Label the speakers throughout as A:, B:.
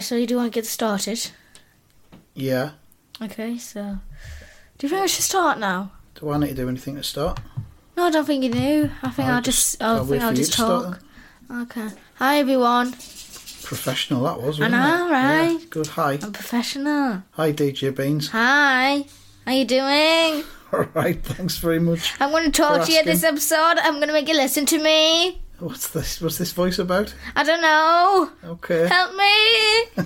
A: so you do want to get started?
B: Yeah.
A: Okay, so. Do you think I should start now?
B: Do I need to do anything to start?
A: No, I don't think you do. I think I'll, just. I'll,
B: wait
A: think
B: for
A: I'll
B: you
A: just
B: to start
A: talk.
B: then.
A: Okay. Hi, everyone.
B: Professional that was,
A: I
B: wasn't
A: know,
B: it? Yeah,
A: right?
B: Good. Hi.
A: I'm professional.
B: Hi, DJ Beans.
A: Hi. How you doing?
B: All right. Thanks very much.
A: I'm going to talk
B: For
A: to you this episode. I'm going to make you listen to me.
B: What's this? What's this voice about?
A: I don't know.
B: Okay.
A: Help me.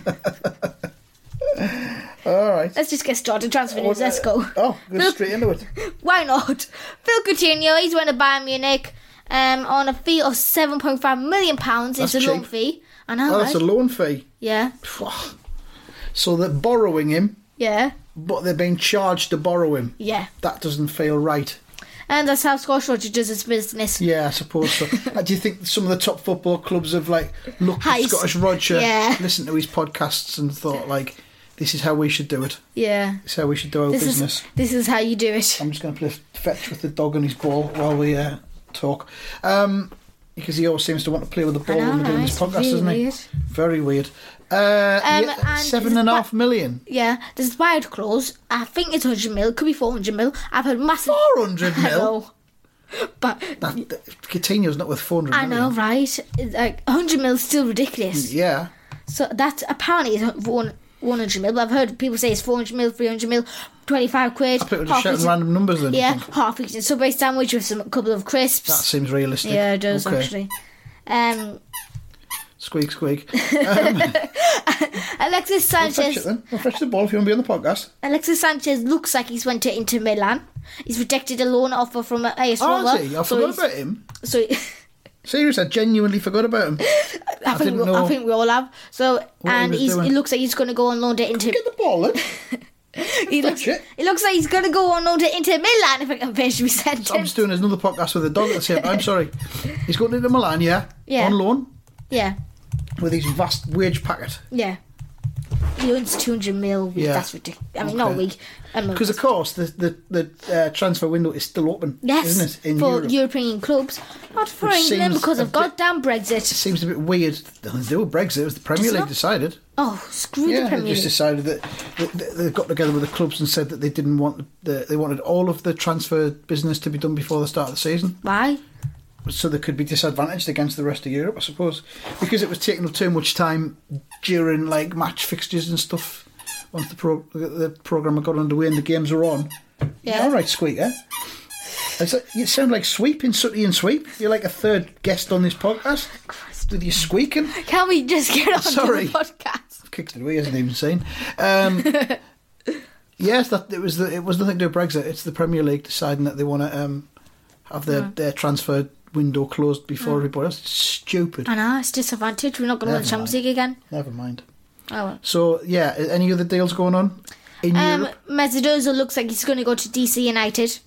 B: All right.
A: Let's just get started. Transfer news. Let's go.
B: Oh, go
A: Look.
B: straight into it.
A: Why not? Phil Coutinho, he's went to Bayern Munich um, on a fee of £7.5 million. Pounds. It's
B: That's
A: a loan
B: cheap.
A: fee. I know,
B: Oh,
A: right?
B: that's a loan fee.
A: yeah,
B: Phew. So they're borrowing him,
A: yeah,
B: but they're being charged to borrow him.
A: yeah.
B: That doesn't feel right.
A: And that's how Scott Rogers does his business.
B: Yeah, I suppose so. Uh, Do you think some of the top football clubs have like looked
A: Heist.
B: at Scottish Roger,
A: Yeah.
B: listened to his podcasts, and thought like, "This is how we should do it.
A: Yeah.
B: This is how we should do our
A: This
B: business."
A: is this is how you do it.
B: I'm just going to play fetch with the dog and his ball while we uh, talk, um, because he always seems to want to play with the ball
A: know,
B: when we're doing
A: right?
B: this podcast,
A: Really
B: doesn't he?
A: weird.
B: Very weird. Uh,
A: Um,
B: yeah,
A: and
B: seven
A: is it
B: and a
A: quite-
B: half million.
A: Yeah, there's buyout clause. I think it's 100 mil, could be 400 mil. I've heard massive.
B: 400
A: I
B: mil.
A: know. But
B: That, that, Coutinho's not worth 400
A: I
B: million.
A: know, right? It's Like 100 mil is still ridiculous.
B: Yeah.
A: So that's apparently it's one. 100 mil, but I've heard people say it's 400 mil, 300 mil, 25 quid.
B: I put it
A: half
B: just shouting
A: eaten-
B: random numbers then.
A: Yeah, half eaten Subway sandwich with some a couple of crisps.
B: That seems realistic.
A: yeah, it does
B: Okay.
A: actually. Um,
B: Squeak, squeak.
A: Alexis
B: I'll fetch it
A: Sanchez.
B: then. I'll fetch the ball if you want to be on the podcast.
A: Alexis Sanchez looks like he's went to Inter Milan. He's rejected a loan offer from AS
B: Oh,
A: Roma.
B: is he? I
A: so
B: forgot
A: he's-
B: about him.
A: So
B: Seriously, I genuinely forgot about him.
A: I, think
B: didn't
A: we,
B: know
A: I think we all have. So
B: he
A: and
B: was
A: he's, he
B: doing.
A: looks like he's going to go on loan to Inter.
B: Get the ball then.
A: He looks,
B: it.
A: he looks like he's going to go on loan to Inter Milan. If I can finish my
B: I'm
A: sentence.
B: just doing another podcast with a dog at the same time. Sorry. He's going into Milan, yeah?
A: Yeah.
B: On loan
A: Yeah,
B: with his vast wage packet.
A: yeah. He earns 200 mil a week.
B: Yeah.
A: That's ridiculous. I mean, not a
B: Okay.
A: week. a month.
B: Because, of course, the, the, the uh, transfer window is still open,
A: Yes,
B: isn't it? In
A: for
B: Europe.
A: European clubs, not for
B: Which
A: England
B: seems
A: because
B: a
A: of
B: bit-
A: goddamn Brexit.
B: Seems a bit weird. Nothing to do with Brexit. It was the Premier
A: Does
B: League
A: not-
B: decided.
A: Oh, screw
B: Yeah,
A: the
B: they
A: Premier
B: just
A: League.
B: decided that that- that they got together with the clubs and said that they didn't want the, they wanted all of the transfer business to be done before the start of the season,
A: Why?
B: so they could be disadvantaged against the rest of Europe, I suppose, because it was taking up too much time during like match fixtures and stuff. Once the pro- the program got underway and the games were on,
A: Yeah.
B: all right, Squeaker. eh? It's like, you sound like sweeping, sooty and sweep. You're like a third guest on this podcast with your squeaking.
A: Can we just get on
B: Sorry.
A: to the podcast?
B: kicked it away. He hasn't even seen. Um, yes, that it was. The, it was nothing to do with Brexit. It's the Premier League deciding that they want to um, have their, their transfer window closed before everybody else. It's stupid.
A: I know it's disadvantage. We're not going to win the
B: Never
A: Champions
B: mind.
A: League again.
B: Never mind.
A: Oh. well.
B: So yeah, a- any other deals going on in
A: Um,
B: Europe?
A: Mesut Ozil looks like he's going to go to DC United.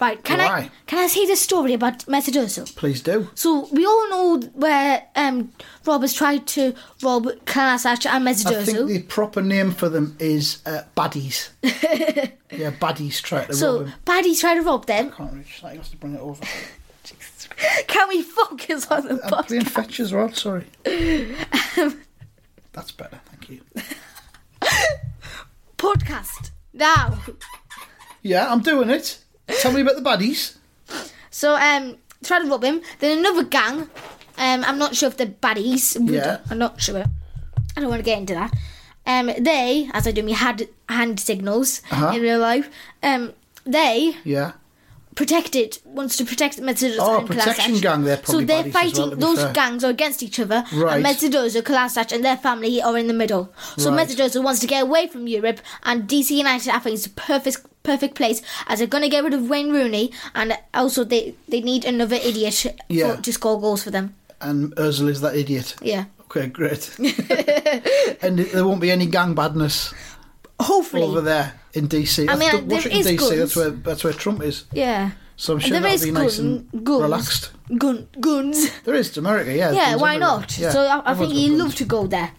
A: Right? Can I
B: Why?
A: can I say the story about Mesut Ozil?
B: Please do.
A: So we all know where um Rob has tried to rob Kalasic and Mesut
B: I think
A: Ozil.
B: the proper name for them is uh, baddies. yeah, baddies try to rob
A: So
B: him.
A: Paddy's tried to rob them.
B: Can't reach that. You have to bring it over.
A: Can we focus on the
B: I'm
A: podcast?
B: playing fetch as well. Sorry.
A: Um,
B: That's better. Thank you.
A: podcast now.
B: Yeah, I'm doing it. Tell me about the baddies.
A: So um, try to rob him. Then another gang. Um, I'm not sure if they're baddies. We
B: Yeah.
A: don't- I'm not sure. I don't want to get into that. Um, they, as I do, me had hand signals
B: Uh-huh.
A: in real life. Um, they
B: Yeah.
A: protected wants to protect Methodos
B: Oh,
A: and
B: protection
A: Kolasinac.
B: gang, they're
A: so
B: probably
A: they're
B: baddies as well,
A: fighting.
B: to be
A: those
B: fair.
A: gangs are against each other.
B: Right.
A: And Methodos, Kolasinac, and their family are in the middle. So
B: Right.
A: Methodos wants to get away from Europe, and DC United I think is the perfect perfect place as they're going to get rid of Wayne Rooney, and also they they need another idiot
B: Yeah.
A: for, to score goals for them.
B: And Ursula is that idiot.
A: Yeah.
B: Okay, great. and there won't be any gang badness
A: Hopefully.
B: over there in DC.
A: I mean,
B: That's-
A: there
B: Washington
A: is
B: DC.
A: guns.
B: That's where that's where Trump is.
A: yeah.
B: So I'm sure
A: There
B: that'll
A: is
B: be
A: gun,
B: nice and
A: guns.
B: relaxed.
A: Gun, guns.
B: There is to America, yeah. there's
A: Yeah,
B: guns
A: why
B: everywhere.
A: not?
B: Yeah,
A: So I, I think
B: everyone's
A: he
B: got
A: love
B: guns.
A: to go there.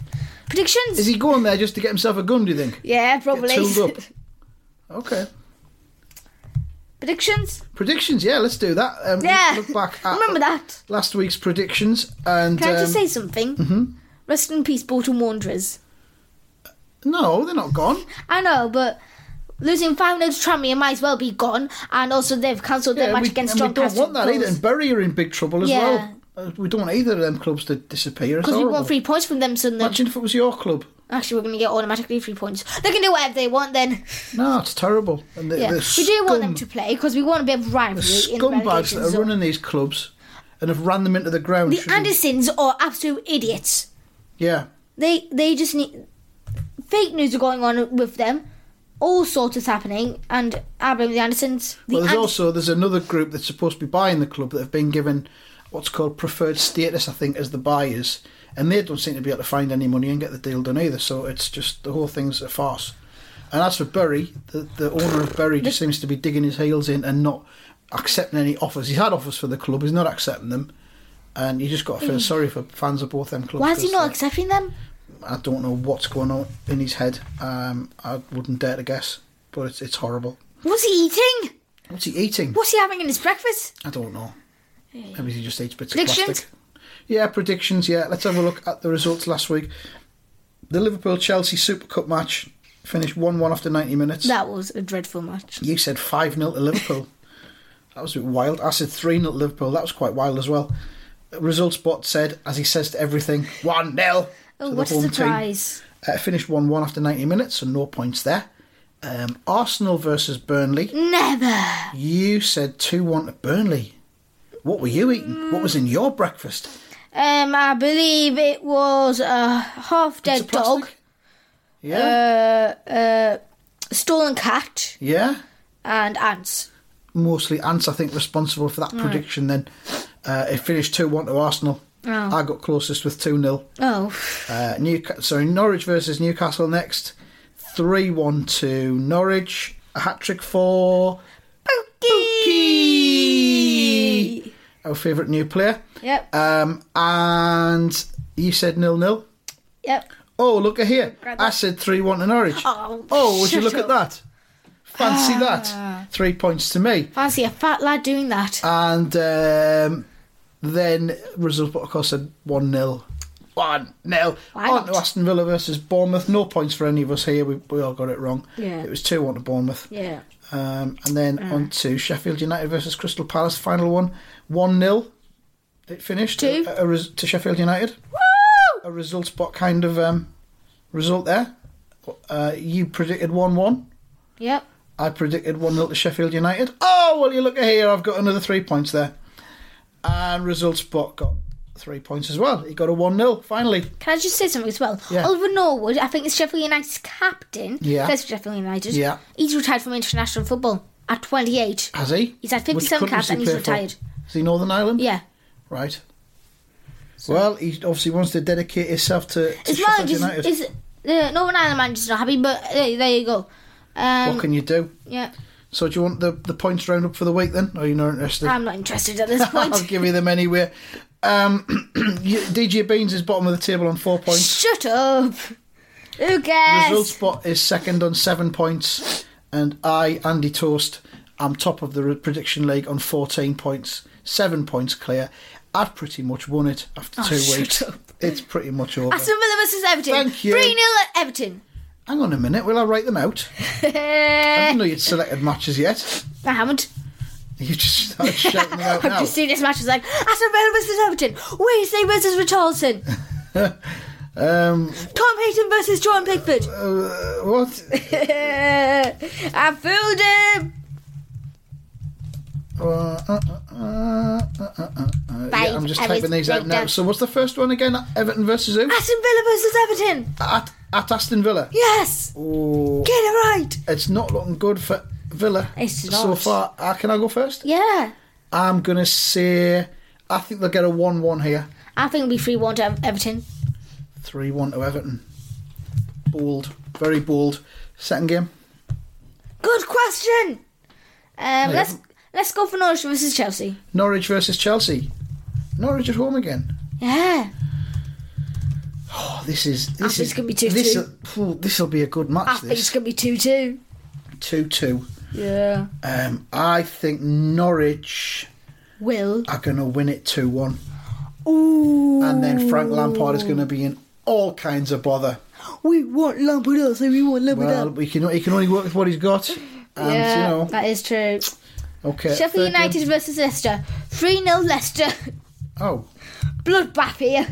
A: Predictions?
B: Is he going there just to get himself a gun? Do you think?
A: yeah,
B: Get
A: probably.
B: tooled up. Okay.
A: Predictions?
B: Predictions, yeah, let's do that. Um,
A: Yeah.
B: Look back at
A: Remember that.
B: last week's predictions and
A: Can I just
B: um,
A: say something? Rest in peace, Bolton Wanderers.
B: No, they're not gone.
A: I know, but losing 5 0 to Tranmere might as well be gone. And also, they've cancelled their
B: Yeah,
A: match
B: we,
A: against
B: and we
A: John
B: don't want that either. And
A: Because
B: Bury are in big trouble as
A: Yeah.
B: well. Uh, We don't want either of them clubs to disappear. It's
A: we
B: horrible.
A: want three points from them suddenly.
B: Imagine if it was your club.
A: Actually, we're going to get automatically three points. They can do whatever they want then.
B: No, it's terrible. And the,
A: Yeah.
B: the
A: We do want them to
B: scum-
A: play because we want a bit of rivalry
B: the
A: in the
B: scumbags
A: relegation
B: that are
A: zone.
B: running these clubs and have ran them into the ground.
A: The
B: shouldn't-
A: Andersons are absolute idiots.
B: yeah,
A: They they just need fake news are going on with them. All sorts is happening, and I blame the Andersons. The
B: well, there's
A: Andersons-
B: also there's another group that's supposed to be buying the club that have been given what's called preferred status, I think, as the buyers, and they don't seem to be able to find any money and get the deal done either. So it's just the whole thing's a farce. And as for Bury, the, the owner of Bury just seems to be digging his heels in and not accepting any offers. He's had offers for the club, he's not accepting them, and you just got to feel sorry for fans of both them clubs.
A: Mm. why is he
B: 'cause
A: not
B: they-
A: accepting them?
B: I don't know what's going on in his head. Um, I wouldn't dare to guess, but it's it's horrible.
A: What's he eating?
B: What's he eating?
A: What's he having in his breakfast?
B: I don't know. Maybe he just eats bits of
A: Predictions?
B: plastic. Yeah, predictions. Yeah, let's have a look at the results last week. The Liverpool Chelsea Super Cup match finished one-one after ninety minutes.
A: That was a dreadful match.
B: You said 5 0 to Liverpool. that was a bit wild. I said 3 0 to Liverpool. That was quite wild as well. Results bot said, as he says to everything, 1 0.
A: Oh, what a surprise.
B: Uh, finished 1 1 after 90 minutes, so no points there. Um, Arsenal versus Burnley.
A: Never.
B: You said 2 1 to Burnley. What were you eating? What was in your breakfast?
A: Um, I believe it was a
B: Bits
A: half-dead
B: of
A: dog,
B: plastic? Yeah.
A: uh, uh, stolen cat,
B: yeah.
A: and ants.
B: mostly Ants, I think, responsible for that prediction then. Uh, it finished 2 1 to Arsenal.
A: Oh.
B: I got closest with 2 0.
A: Oh,
B: Uh, New, sorry, Norwich versus Newcastle next. 3 1 to Norwich. A hat trick for. Pookie! Our favourite new player.
A: yep,
B: Um, and you said nil nil.
A: yep.
B: Oh, look at here.
A: Grab
B: I
A: that.
B: said 3 1 to Norwich.
A: Oh,
B: would you
A: shut
B: look
A: up. Ah.
B: at that? Fancy that. Three points to me.
A: Fancy a fat lad doing that.
B: And um, then result, of course, said 1 0. 1 0.
A: Why not?
B: On to Aston Villa versus Bournemouth. No points for any of us here. We, we all got it wrong.
A: Yeah.
B: It was 2 1 to Bournemouth.
A: yeah.
B: Um, and then
A: Mm.
B: on to Sheffield United versus Crystal Palace. Final one. 1 0. It finished
A: Two.
B: A, a res- to Sheffield United.
A: Woo!
B: A result spot kind of um, result there. Uh, you predicted 1 1.
A: Yep.
B: I predicted 1 0 to Sheffield United. Oh, well, you look at here. I've got another three points there. And results spot got three points as well. He got a 1 0 finally.
A: Can I just say something as well?
B: Yeah.
A: Oliver Norwood, I think, is Sheffield United's captain.
B: Yeah.
A: Plays for Sheffield United.
B: Yeah.
A: He's retired from international football at 28.
B: Has he?
A: He's had
B: Which
A: 57
B: country
A: caps
B: does he
A: and he's
B: play for?
A: retired.
B: Is he Northern Ireland?
A: Yeah.
B: Right. Well, he obviously wants to dedicate himself to, to
A: His manager's.
B: Sheffield United.
A: His, the Northern Ireland manager's not happy, but uh, there you go. Um,
B: what can you do?
A: yeah.
B: So, do you want the, the points round up for the week then? Or are you not interested?
A: I'm not interested at this
B: I'll
A: point.
B: give you them anyway. Um, you- DJ Beans is bottom of the table on four points.
A: Shut up. Who cares?
B: Result spot is second on seven points, and I, Andy Toast, am top of the re- prediction league on 14 points, seven points clear. I've pretty much won it after two
A: Oh, shut
B: weeks.
A: up.
B: It's pretty much over.
A: Aston Villa versus Everton.
B: Thank you.
A: 3 0 at Everton.
B: Hang on a minute, will I write them out? I didn't
A: I
B: know you'd selected matches yet.
A: haven't.
B: You just started shouting them out
A: I've
B: now.
A: just seen this match. I was like, Aston Villa versus Everton. Wesley versus Richarlison.
B: Um,
A: Tom Hayton versus John Pickford.
B: uh, what?
A: I fooled him.
B: Uh, uh, uh, uh, uh, uh, uh.
A: Right,
B: Yeah, I'm just
A: I was
B: typing these out
A: right
B: now.
A: down.
B: So what's the first one again? Everton versus who?
A: Aston Villa versus Everton.
B: At, at Aston Villa.
A: Yes.
B: Oh,
A: Get it right.
B: it's not looking good for Villa
A: It's
B: so
A: not.
B: far. Uh, can I go first?
A: Yeah.
B: I'm gonna say I think they'll get a one-one here,
A: I think it'll be 3 1 to Ev- Everton.
B: three-one to Everton. Bold, very bold. Second game.
A: Good question. Um,
B: you
A: let's
B: haven't.
A: let's go for Norwich versus Chelsea.
B: Norwich versus Chelsea. Norwich at home again.
A: Yeah.
B: Oh, this is this
A: think
B: is
A: it's gonna be 2-2.
B: This will be a good match.
A: I think it's
B: this
A: going to be 2 2.
B: two-two.
A: Yeah.
B: Um, I think Norwich
A: Will.
B: are gonna win it two-one,
A: Ooh.
B: and then Frank Lampard is gonna be in all kinds of bother.
A: we want Lampedusa, we want
B: Well,
A: Lampedusa.
B: we can, he can only work with what he's got. And,
A: yeah,
B: you know, uh,
A: that is true.
B: okay.
A: Sheffield
B: third game.
A: United versus Leicester. 3 0 Leicester.
B: Oh,
A: Bloodbath here.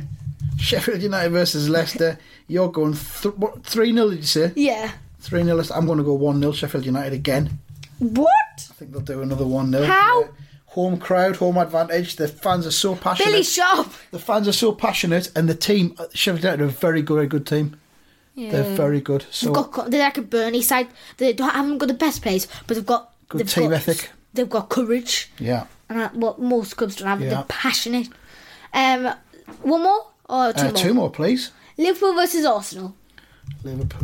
B: Sheffield United versus Leicester. You're going th- what, 3 0, did you say?
A: Yeah.
B: 3 0. I'm going to go 1 0 Sheffield United again.
A: What?
B: I think they'll do another 1 0.
A: How?
B: Home crowd, home advantage. The fans are so passionate.
A: Billy Sharp.
B: The fans are so passionate, and the team, Sheffield United, are a very good, very good team. They're very good. So
A: They've got they're like a Burnley side. They don't, haven't got the best players, but they've got
B: Good
A: they've
B: team
A: got,
B: ethic.
A: They've got courage,
B: yeah,
A: and that, what most clubs don't have.
B: Yeah.
A: They're passionate. Um, one more or two
B: Uh,
A: more.
B: two more, please.
A: Liverpool versus Arsenal.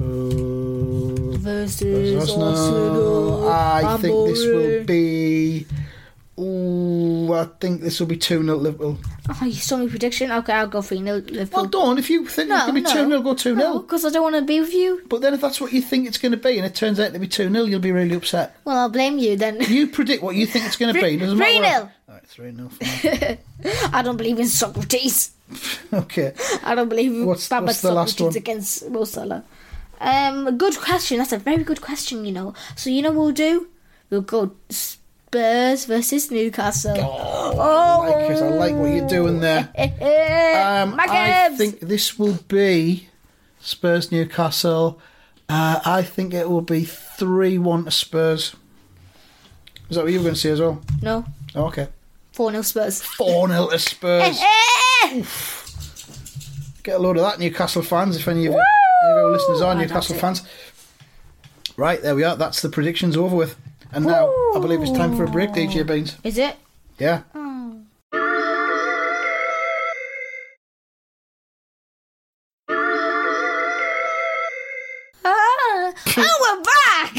B: Liverpool.
A: Versus,
B: versus Arsenal. I think this will be. Ooh, I think this will be 2 0 Liverpool.
A: Oh, you saw my prediction. Okay, I'll go for you. Liverpool.
B: Well, Dawn, if you think it's
A: No,
B: going to be
A: no.
B: 2 0, go 2 0.
A: because I don't want to be with you.
B: But then if that's what you think it's going to be and it turns out to be 2 0, you'll be really upset.
A: Well, I'll blame you then.
B: You predict what you think it's going to
A: Three-
B: be. Doesn't matter.
A: 3-0.
B: Alright, 3 0 for me.
A: I don't believe in Socrates.
B: Okay.
A: I don't believe in
B: What's-
A: Baba
B: what's the last
A: Socrates
B: one?
A: against Mo Salah. Um, good question. That's a very good question. You know. So you know what we'll do? We'll go Spurs versus Newcastle.
B: Oh,
A: Oh.
B: I like it. I like what you're doing there. Um,
A: Eh, My
B: I
A: Gibbs!
B: think this will be Spurs Newcastle. Uh, I think it will be 3 1 to Spurs. Is that what you were going to say as well?
A: no
B: Oh, okay.
A: four 0 Spurs.
B: 4 0 to Spurs.
A: Eh.
B: Get a load of that, Newcastle fans, if any of, you, any of our listeners are
A: I doubt
B: Newcastle
A: it.
B: fans. Right, there we are. That's the predictions over with. And now I believe it's time for a break, DJ Beans.
A: Is it?
B: Yeah.
A: Oh. Ah, oh, we're back.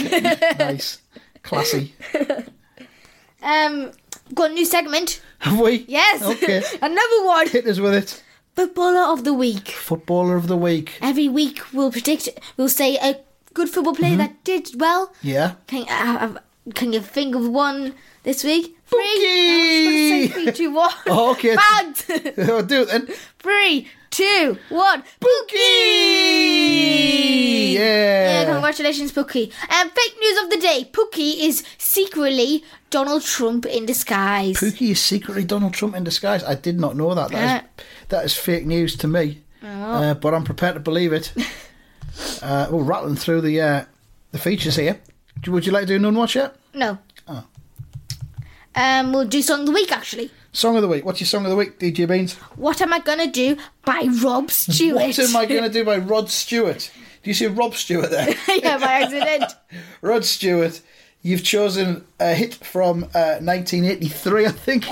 B: Nice. Classy.
A: um, got a new segment.
B: Have we?
A: Yes.
B: Okay.
A: Another one.
B: Hit us with it.
A: Footballer of the week.
B: Footballer of the week.
A: Every week we'll predict. We'll say a good football player
B: Mm-hmm.
A: that did well.
B: Yeah.
A: Can uh, uh, can you think of one this week? Three. I was gonna say
B: Pookie.
A: three, two, one.
B: Oh, okay.
A: Bad.
B: I'll do it then.
A: Three, two, one. Pookie.
B: Yeah.
A: Yeah, congratulations, Pookie. And fake news of the day: Pookie is secretly Donald Trump in disguise.
B: Pookie is secretly Donald Trump in disguise. I did not know that. That is that is fake news to me. Uh, but I'm prepared to believe it. uh, we're rattling through the uh, the features here. Do- Would you like to do none watch yet?
A: No.
B: Oh.
A: Um, we'll do song of the week actually.
B: Song of the week. What's your song of the week, DJ Beans?
A: What am I gonna do by Rob Stewart?
B: What am I going to do by Rod Stewart? Do you see Rob Stewart there?
A: yeah, by accident.
B: Rod Stewart, you've chosen a hit from uh, 1983, I think,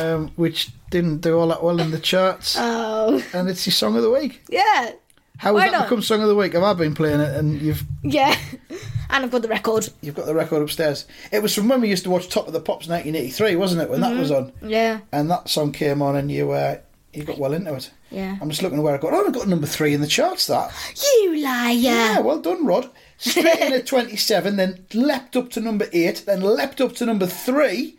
B: um, which didn't do all that well in the charts,
A: oh,
B: and it's your song of the week.
A: yeah,
B: How has
A: Why
B: that
A: not?
B: become song of the week? Have I been playing it and you've
A: yeah. And I've got the record.
B: you've got the record upstairs? It was from when we used to watch Top of the Pops 1983, wasn't it? When
A: Mm-hmm.
B: that was on,
A: Yeah,
B: and that song came on, and you uh, you got well into it.
A: yeah.
B: I'm just looking at where I got. Oh, I got number three in the charts. That
A: You liar.
B: yeah, well done, Rod. Straight in at 27, then leapt up to number eight, then leapt up to number three,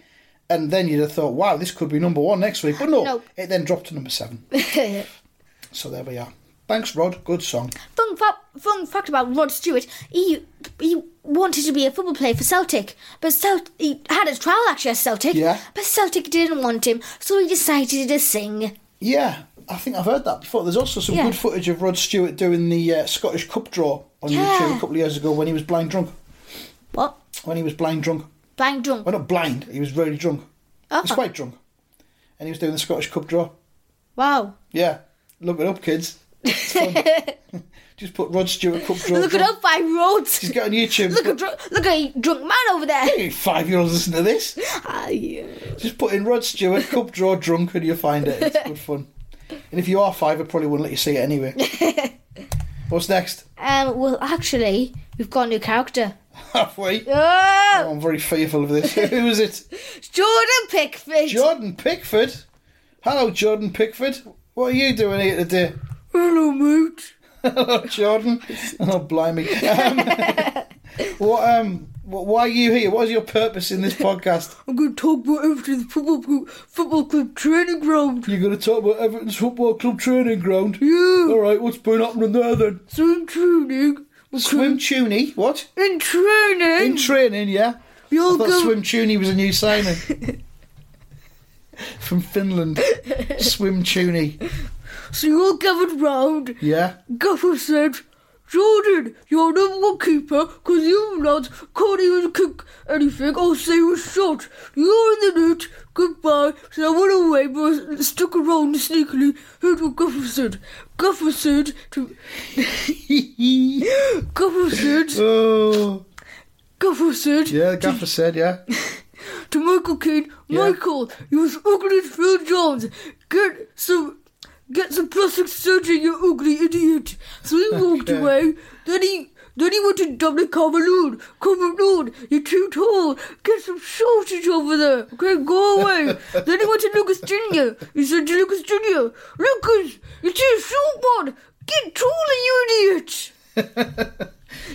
B: and then you'd have thought, wow, this could be number one next week. But no,
A: No.
B: it then dropped to number seven. So there we are. Thanks, Rod. Good song.
A: fun, fa- fun fact about Rod Stewart: he he wanted to be a football player for Celtic, but Celt- he had a trial actually at Celtic.
B: Yeah.
A: But Celtic didn't want him, so he decided to sing.
B: Yeah, I think I've heard that before. There's also some
A: Yeah.
B: good footage of Rod Stewart doing the uh, Scottish Cup draw on
A: Yeah.
B: YouTube a couple of years ago when he was blind drunk.
A: What?
B: When he was blind drunk.
A: Blind drunk.
B: Well, not blind, he was really drunk. He was
A: Oh.
B: quite drunk. And he was doing the Scottish Cup draw.
A: Wow.
B: Yeah, look it up, kids. It's fun. Just put Rod Stewart Cup draw.
A: Look it up by roads.
B: He's got on YouTube.
A: Look at
B: Look
A: dr- look at a drunk man over there.
B: at five year olds listen to this.
A: Ah, yeah.
B: Just put in Rod Stewart Cup draw drunk and you'll find it. It's good fun. And if you are five, I probably wouldn't let you see it anyway. What's next?
A: Um. Well, actually, we've got a new character.
B: Halfway.
A: Oh,
B: Oh, I'm very fearful of this. Who is it?
A: Jordan Pickford.
B: Jordan Pickford. Hello, Jordan Pickford. What are you doing here today?
A: Hello, mate.
B: Hello, Jordan. Oh, blimey. Um, Oh, what um, wh- why are you here? What is your purpose in this podcast?
A: I'm going to talk about Everton's football club, football club training ground.
B: You're going to talk about Everton's Football Club training ground.
A: Yeah,
B: All right, what's been happening there then?
A: so in training, we're
B: Swim Tuny, what?
A: tra- in training,
B: In training, yeah.
A: we
B: I
A: all
B: thought
A: go
B: Swim Tuny was a new signing from Finland. Swim Tuny,
A: So you all gathered round.
B: yeah.
A: Gaffer said, Jordan, you're number one keeper because you lads can't even kick anything or save a shot. You're in the net. Goodbye. So I went away but I stuck around sneakily. Heard what Gaffer said. Gaffer said to... Gaffer said...
B: oh,
A: Gaffer said
B: yeah. the Gaffer said, yeah.
A: to Michael Caine,
B: Yeah.
A: Michael, you was ugly as Phil Jones. Get some, get some plastic surgery, you ugly idiot. So he walked
B: Okay.
A: away. Then he, then he went to Dominic Cameroon. Cameroon, you're too tall. Get some shortage over there. Okay, go away. then he went to Lucas Jr. He said to Lucas Jr., Lucas, you're too short, man. Get taller, you idiot.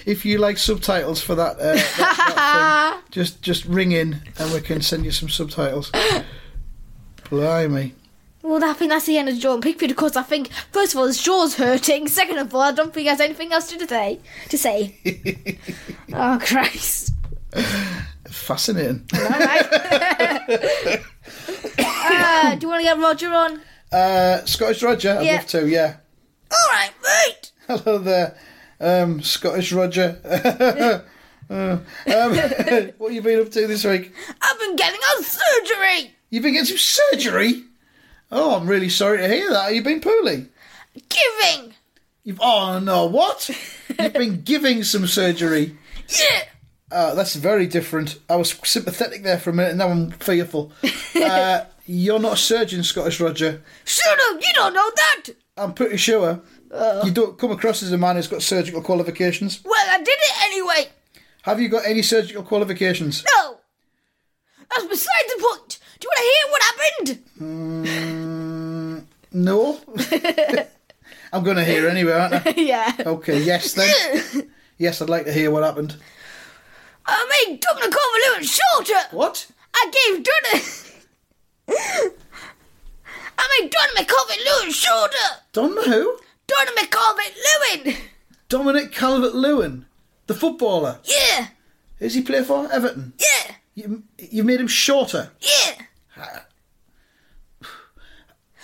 B: If you like subtitles for that, uh, that, that thing, just just ring in and we can send you some subtitles. Blimey.
A: Well, I think that's the end of Jordan Pickford because I think, first of all, his jaw's hurting. Second of all, I don't think he has anything else to today to say. oh, Christ.
B: Fascinating.
A: All right. uh, do you want to get Roger on?
B: Uh, Scottish Roger, I'd
A: Yeah.
B: love to, yeah.
A: All right, mate.
B: Hello there, um, Scottish Roger. Uh, um, what have you been up to this week?
A: I've been getting on surgery.
B: You've been getting some surgery? Oh, I'm really sorry to hear that. Have you been poorly?
A: Giving.
B: You've, oh, no, what? You've been giving some surgery.
A: Yeah.
B: Uh, that's very different. I was sympathetic there for a minute, and now I'm fearful. Uh, you're not a surgeon, Scottish Roger.
A: Shut up. You don't know that.
B: I'm pretty sure you don't come across as a man who's got surgical qualifications.
A: Well, I did it anyway.
B: Have you got any surgical qualifications?
A: No. That's beside the point. Do you want to hear what happened?
B: Mm, No. I'm going to hear anyway, aren't I?
A: yeah.
B: Okay, yes then. Yes, I'd like to hear what happened.
A: I made Dominic Calvert-Lewin shorter.
B: What?
A: I gave Donna. I made Donna McCormick Lewin shorter.
B: Don who?
A: Donna McCormick Lewin.
B: Dominic Calvert Lewin, the footballer.
A: Yeah,
B: Who's he play for? Everton.
A: yeah,
B: You, you made him shorter.
A: yeah.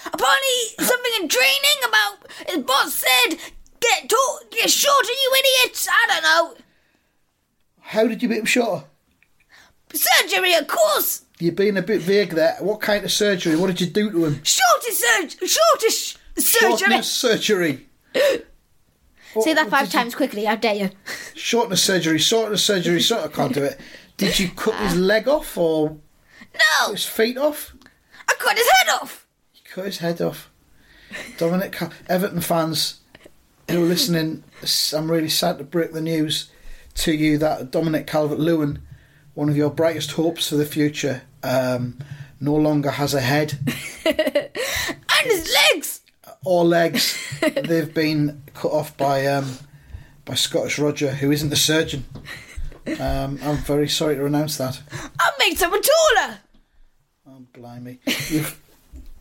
A: Apparently, something in training about his boss said, "Get to get shorter, you idiots." I don't know.
B: How did you make him shorter?
A: Surgery, of course.
B: You're being a bit vague there. What kind of surgery? What did you do to him?
A: Shorter surgery. Shorter sh- surgery.
B: Shortness surgery.
A: Say that
B: What
A: five
B: did you-
A: times quickly. How dare you?
B: Shortness surgery, shortness surgery, sort of can't do it. Did you cut his leg off or
A: No,
B: his feet off?
A: I cut his head off.
B: cut his head off. Dominic, Cal- Everton fans who are listening, s- I'm really sad to break the news to you that Dominic Calvert Lewin, one of your brightest hopes for the future, um, no longer has a head
A: And his legs.
B: or legs. They've been cut off by um, by Scottish Roger, who isn't a surgeon. Um, I'm very sorry to announce that.
A: I made someone taller.
B: Oh, blimey. You've,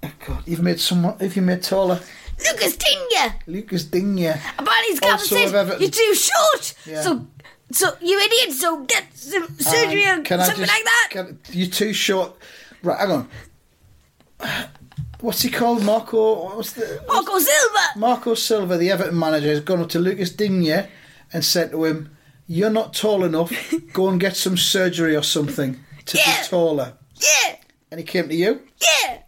B: oh God, you've made someone, if you made taller,
A: Lucas Tinya.
B: Lucas Digne.
A: Barney's
B: Oh,
A: got
B: so
A: says
B: have Everton.
A: you're too short.
B: Yeah.
A: So, so you idiot. So get some surgery
B: Um,
A: or something
B: just-
A: like that.
B: can- you're too short. Right, hang on. What's he called? Marco. What's the
A: Marco Silva.
B: Marco Silva, the Everton manager, has gone up to Lucas Digne and said to him, "You're not tall enough. Go and get some surgery or something to
A: Yeah.
B: be taller."
A: Yeah,
B: And he came to you,
A: yeah.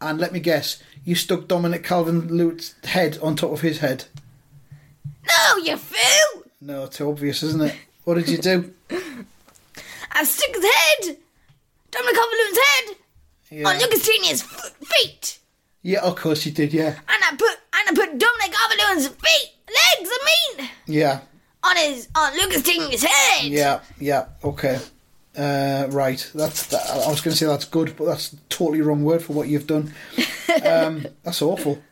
B: and let me guess, you stuck Dominic Calvin Lewin's head on top of his head.
A: No, you fool.
B: No, too obvious, isn't it? What did you do?
A: I stuck his head. Dominic Calvert-Lewin's head on
B: Yeah,
A: Lucas Tinya's f- feet,
B: yeah of course you did. Yeah,
A: and I put and I put Dominic Calvert-Lewin's feet legs. I mean,
B: yeah.
A: on his on Lucas Tinya's head.
B: Yeah, yeah, okay. Uh, right, that's. That, I was going to say that's good, but that's totally wrong word for what you've done. Um, that's awful.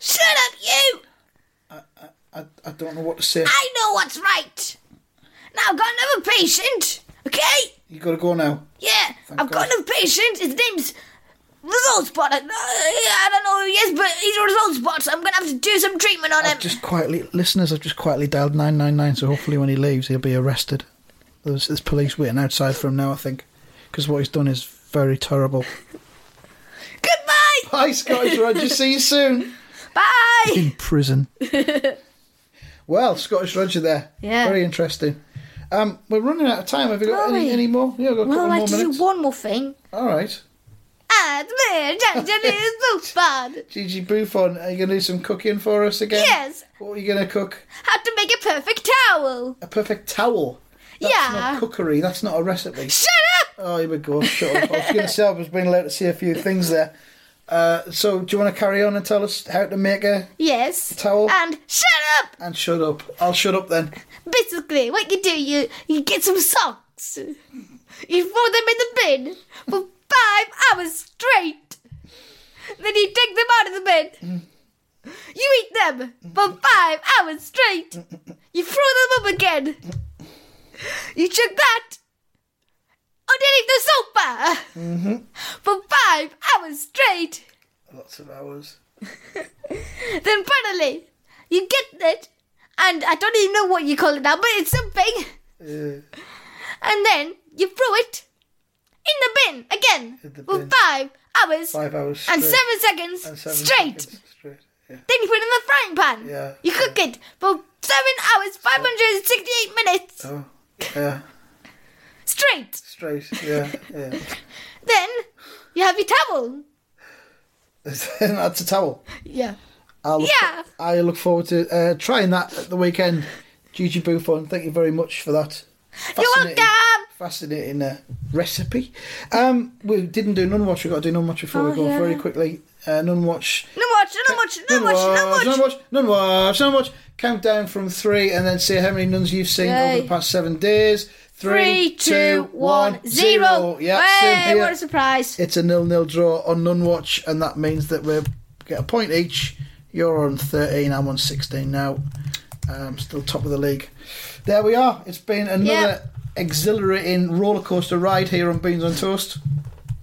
A: Shut up, you.
B: I, I don't know what to say.
A: I know what's right. Now I've got another patient. Okay?
B: You gotta go now.
A: Yeah,
B: Thank
A: I've got
B: God.
A: another patient. His name's Results Bot. I I don't know who he is, but he's a Results Bot, so I'm gonna have to do some treatment on him.
B: I've just quietly, listeners, I've just quietly dialed 999, so hopefully when he leaves, he'll be arrested. There's, there's police waiting outside for him now, I think, because what he's done is very terrible.
A: Goodbye.
B: Bye, Scottish Roger. See you soon.
A: Bye.
B: In prison. well, Scottish Roger there.
A: Yeah.
B: Very interesting. Um, we're running out of time. Have you got any,
A: Blimey.
B: any more? Yeah, I've got a
A: Well, I'd
B: couple
A: like
B: more
A: to do
B: minutes.
A: one more thing.
B: All right.
A: Ah, the Dungeon is so fun.
B: Gigi Buffon, are you going to do some cooking for us again?
A: Yes,
B: What are you going to cook?
A: how to make a perfect towel.
B: A perfect towel. That's
A: Yeah.
B: not cookery. That's not a recipe.
A: Shut up.
B: Oh, here we go. Shut up. I was going to say I was being allowed to see a few things there. Uh, so, do you want to carry on and tell us how to make a
A: Yes.
B: towel?
A: And shut up.
B: and shut up. I'll shut up then.
A: Basically, what you do, you you get some socks. You throw them in the bin for five hours straight. Then you take them out of the bin. You eat them for five hours straight. You throw them up again. You chuck that underneath the sofa for five hours straight.
B: Lots of hours.
A: Then finally, you get it, and I don't even know what you call it now, but it's something.
B: Uh,
A: and then you throw it in the bin again
B: In the
A: for
B: bin.
A: five hours
B: five hours straight.
A: and seven seconds
B: And seven
A: straight.
B: seconds straight. Yeah.
A: Then you put it in the frying pan.
B: Yeah,
A: You cook it for seven hours, 568 minutes
B: Oh, yeah.
A: straight.
B: Straight. Yeah. Yeah.
A: Then you have your towel.
B: That's a towel.
A: Yeah.
B: I'll look,
A: Yeah.
B: I look forward to uh, trying that at the weekend. Gigi Buffon, thank you very much for that.
A: You're
B: Fascinating-
A: welcome.
B: Fascinating uh, recipe. Um, we didn't do Nun Watch. We've got to do Nun Watch before
A: Oh,
B: we go
A: yeah.
B: very quickly. Uh, Nun Watch.
A: No watch, no watch, no watch, no watch.
B: Nun Watch. Nun Watch. Nun Watch. Count down from three and then see how many nuns you've seen over
A: Yay.
B: the past seven days.
A: Three, two, one, zero.
B: Yeah,
A: Hey,
B: same here.
A: what a surprise.
B: It's a nil-nil draw on Nun Watch, and that means that we get a point each. You're on 13, I'm on 16 now. Um, still top of the league. There we are. It's been another
A: Yep.
B: exhilarating roller coaster ride here on Beans on Toast.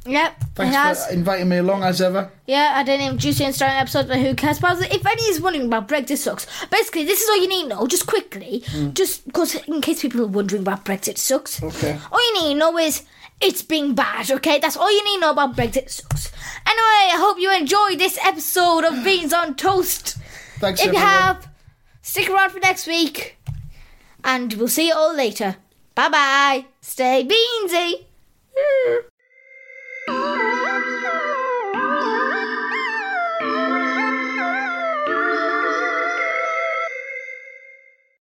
A: Yep, it
B: Thanks
A: has.
B: for inviting me along as ever.
A: Yeah, I don't even juicy and starting episode of Who Cares Bowser. If any is wondering about Brexit sucks, basically this is all you need to know, just quickly,
B: Hmm.
A: just because in case people are wondering about Brexit sucks.
B: Okay.
A: All you need to know is it's been bad, okay? That's all you need to know about Brexit sucks. Anyway, I hope you enjoyed this episode of Beans on Toast.
B: Thanks,
A: If you
B: everyone.
A: have, stick around for next week, and we'll see you all later. Bye bye. Stay beansy.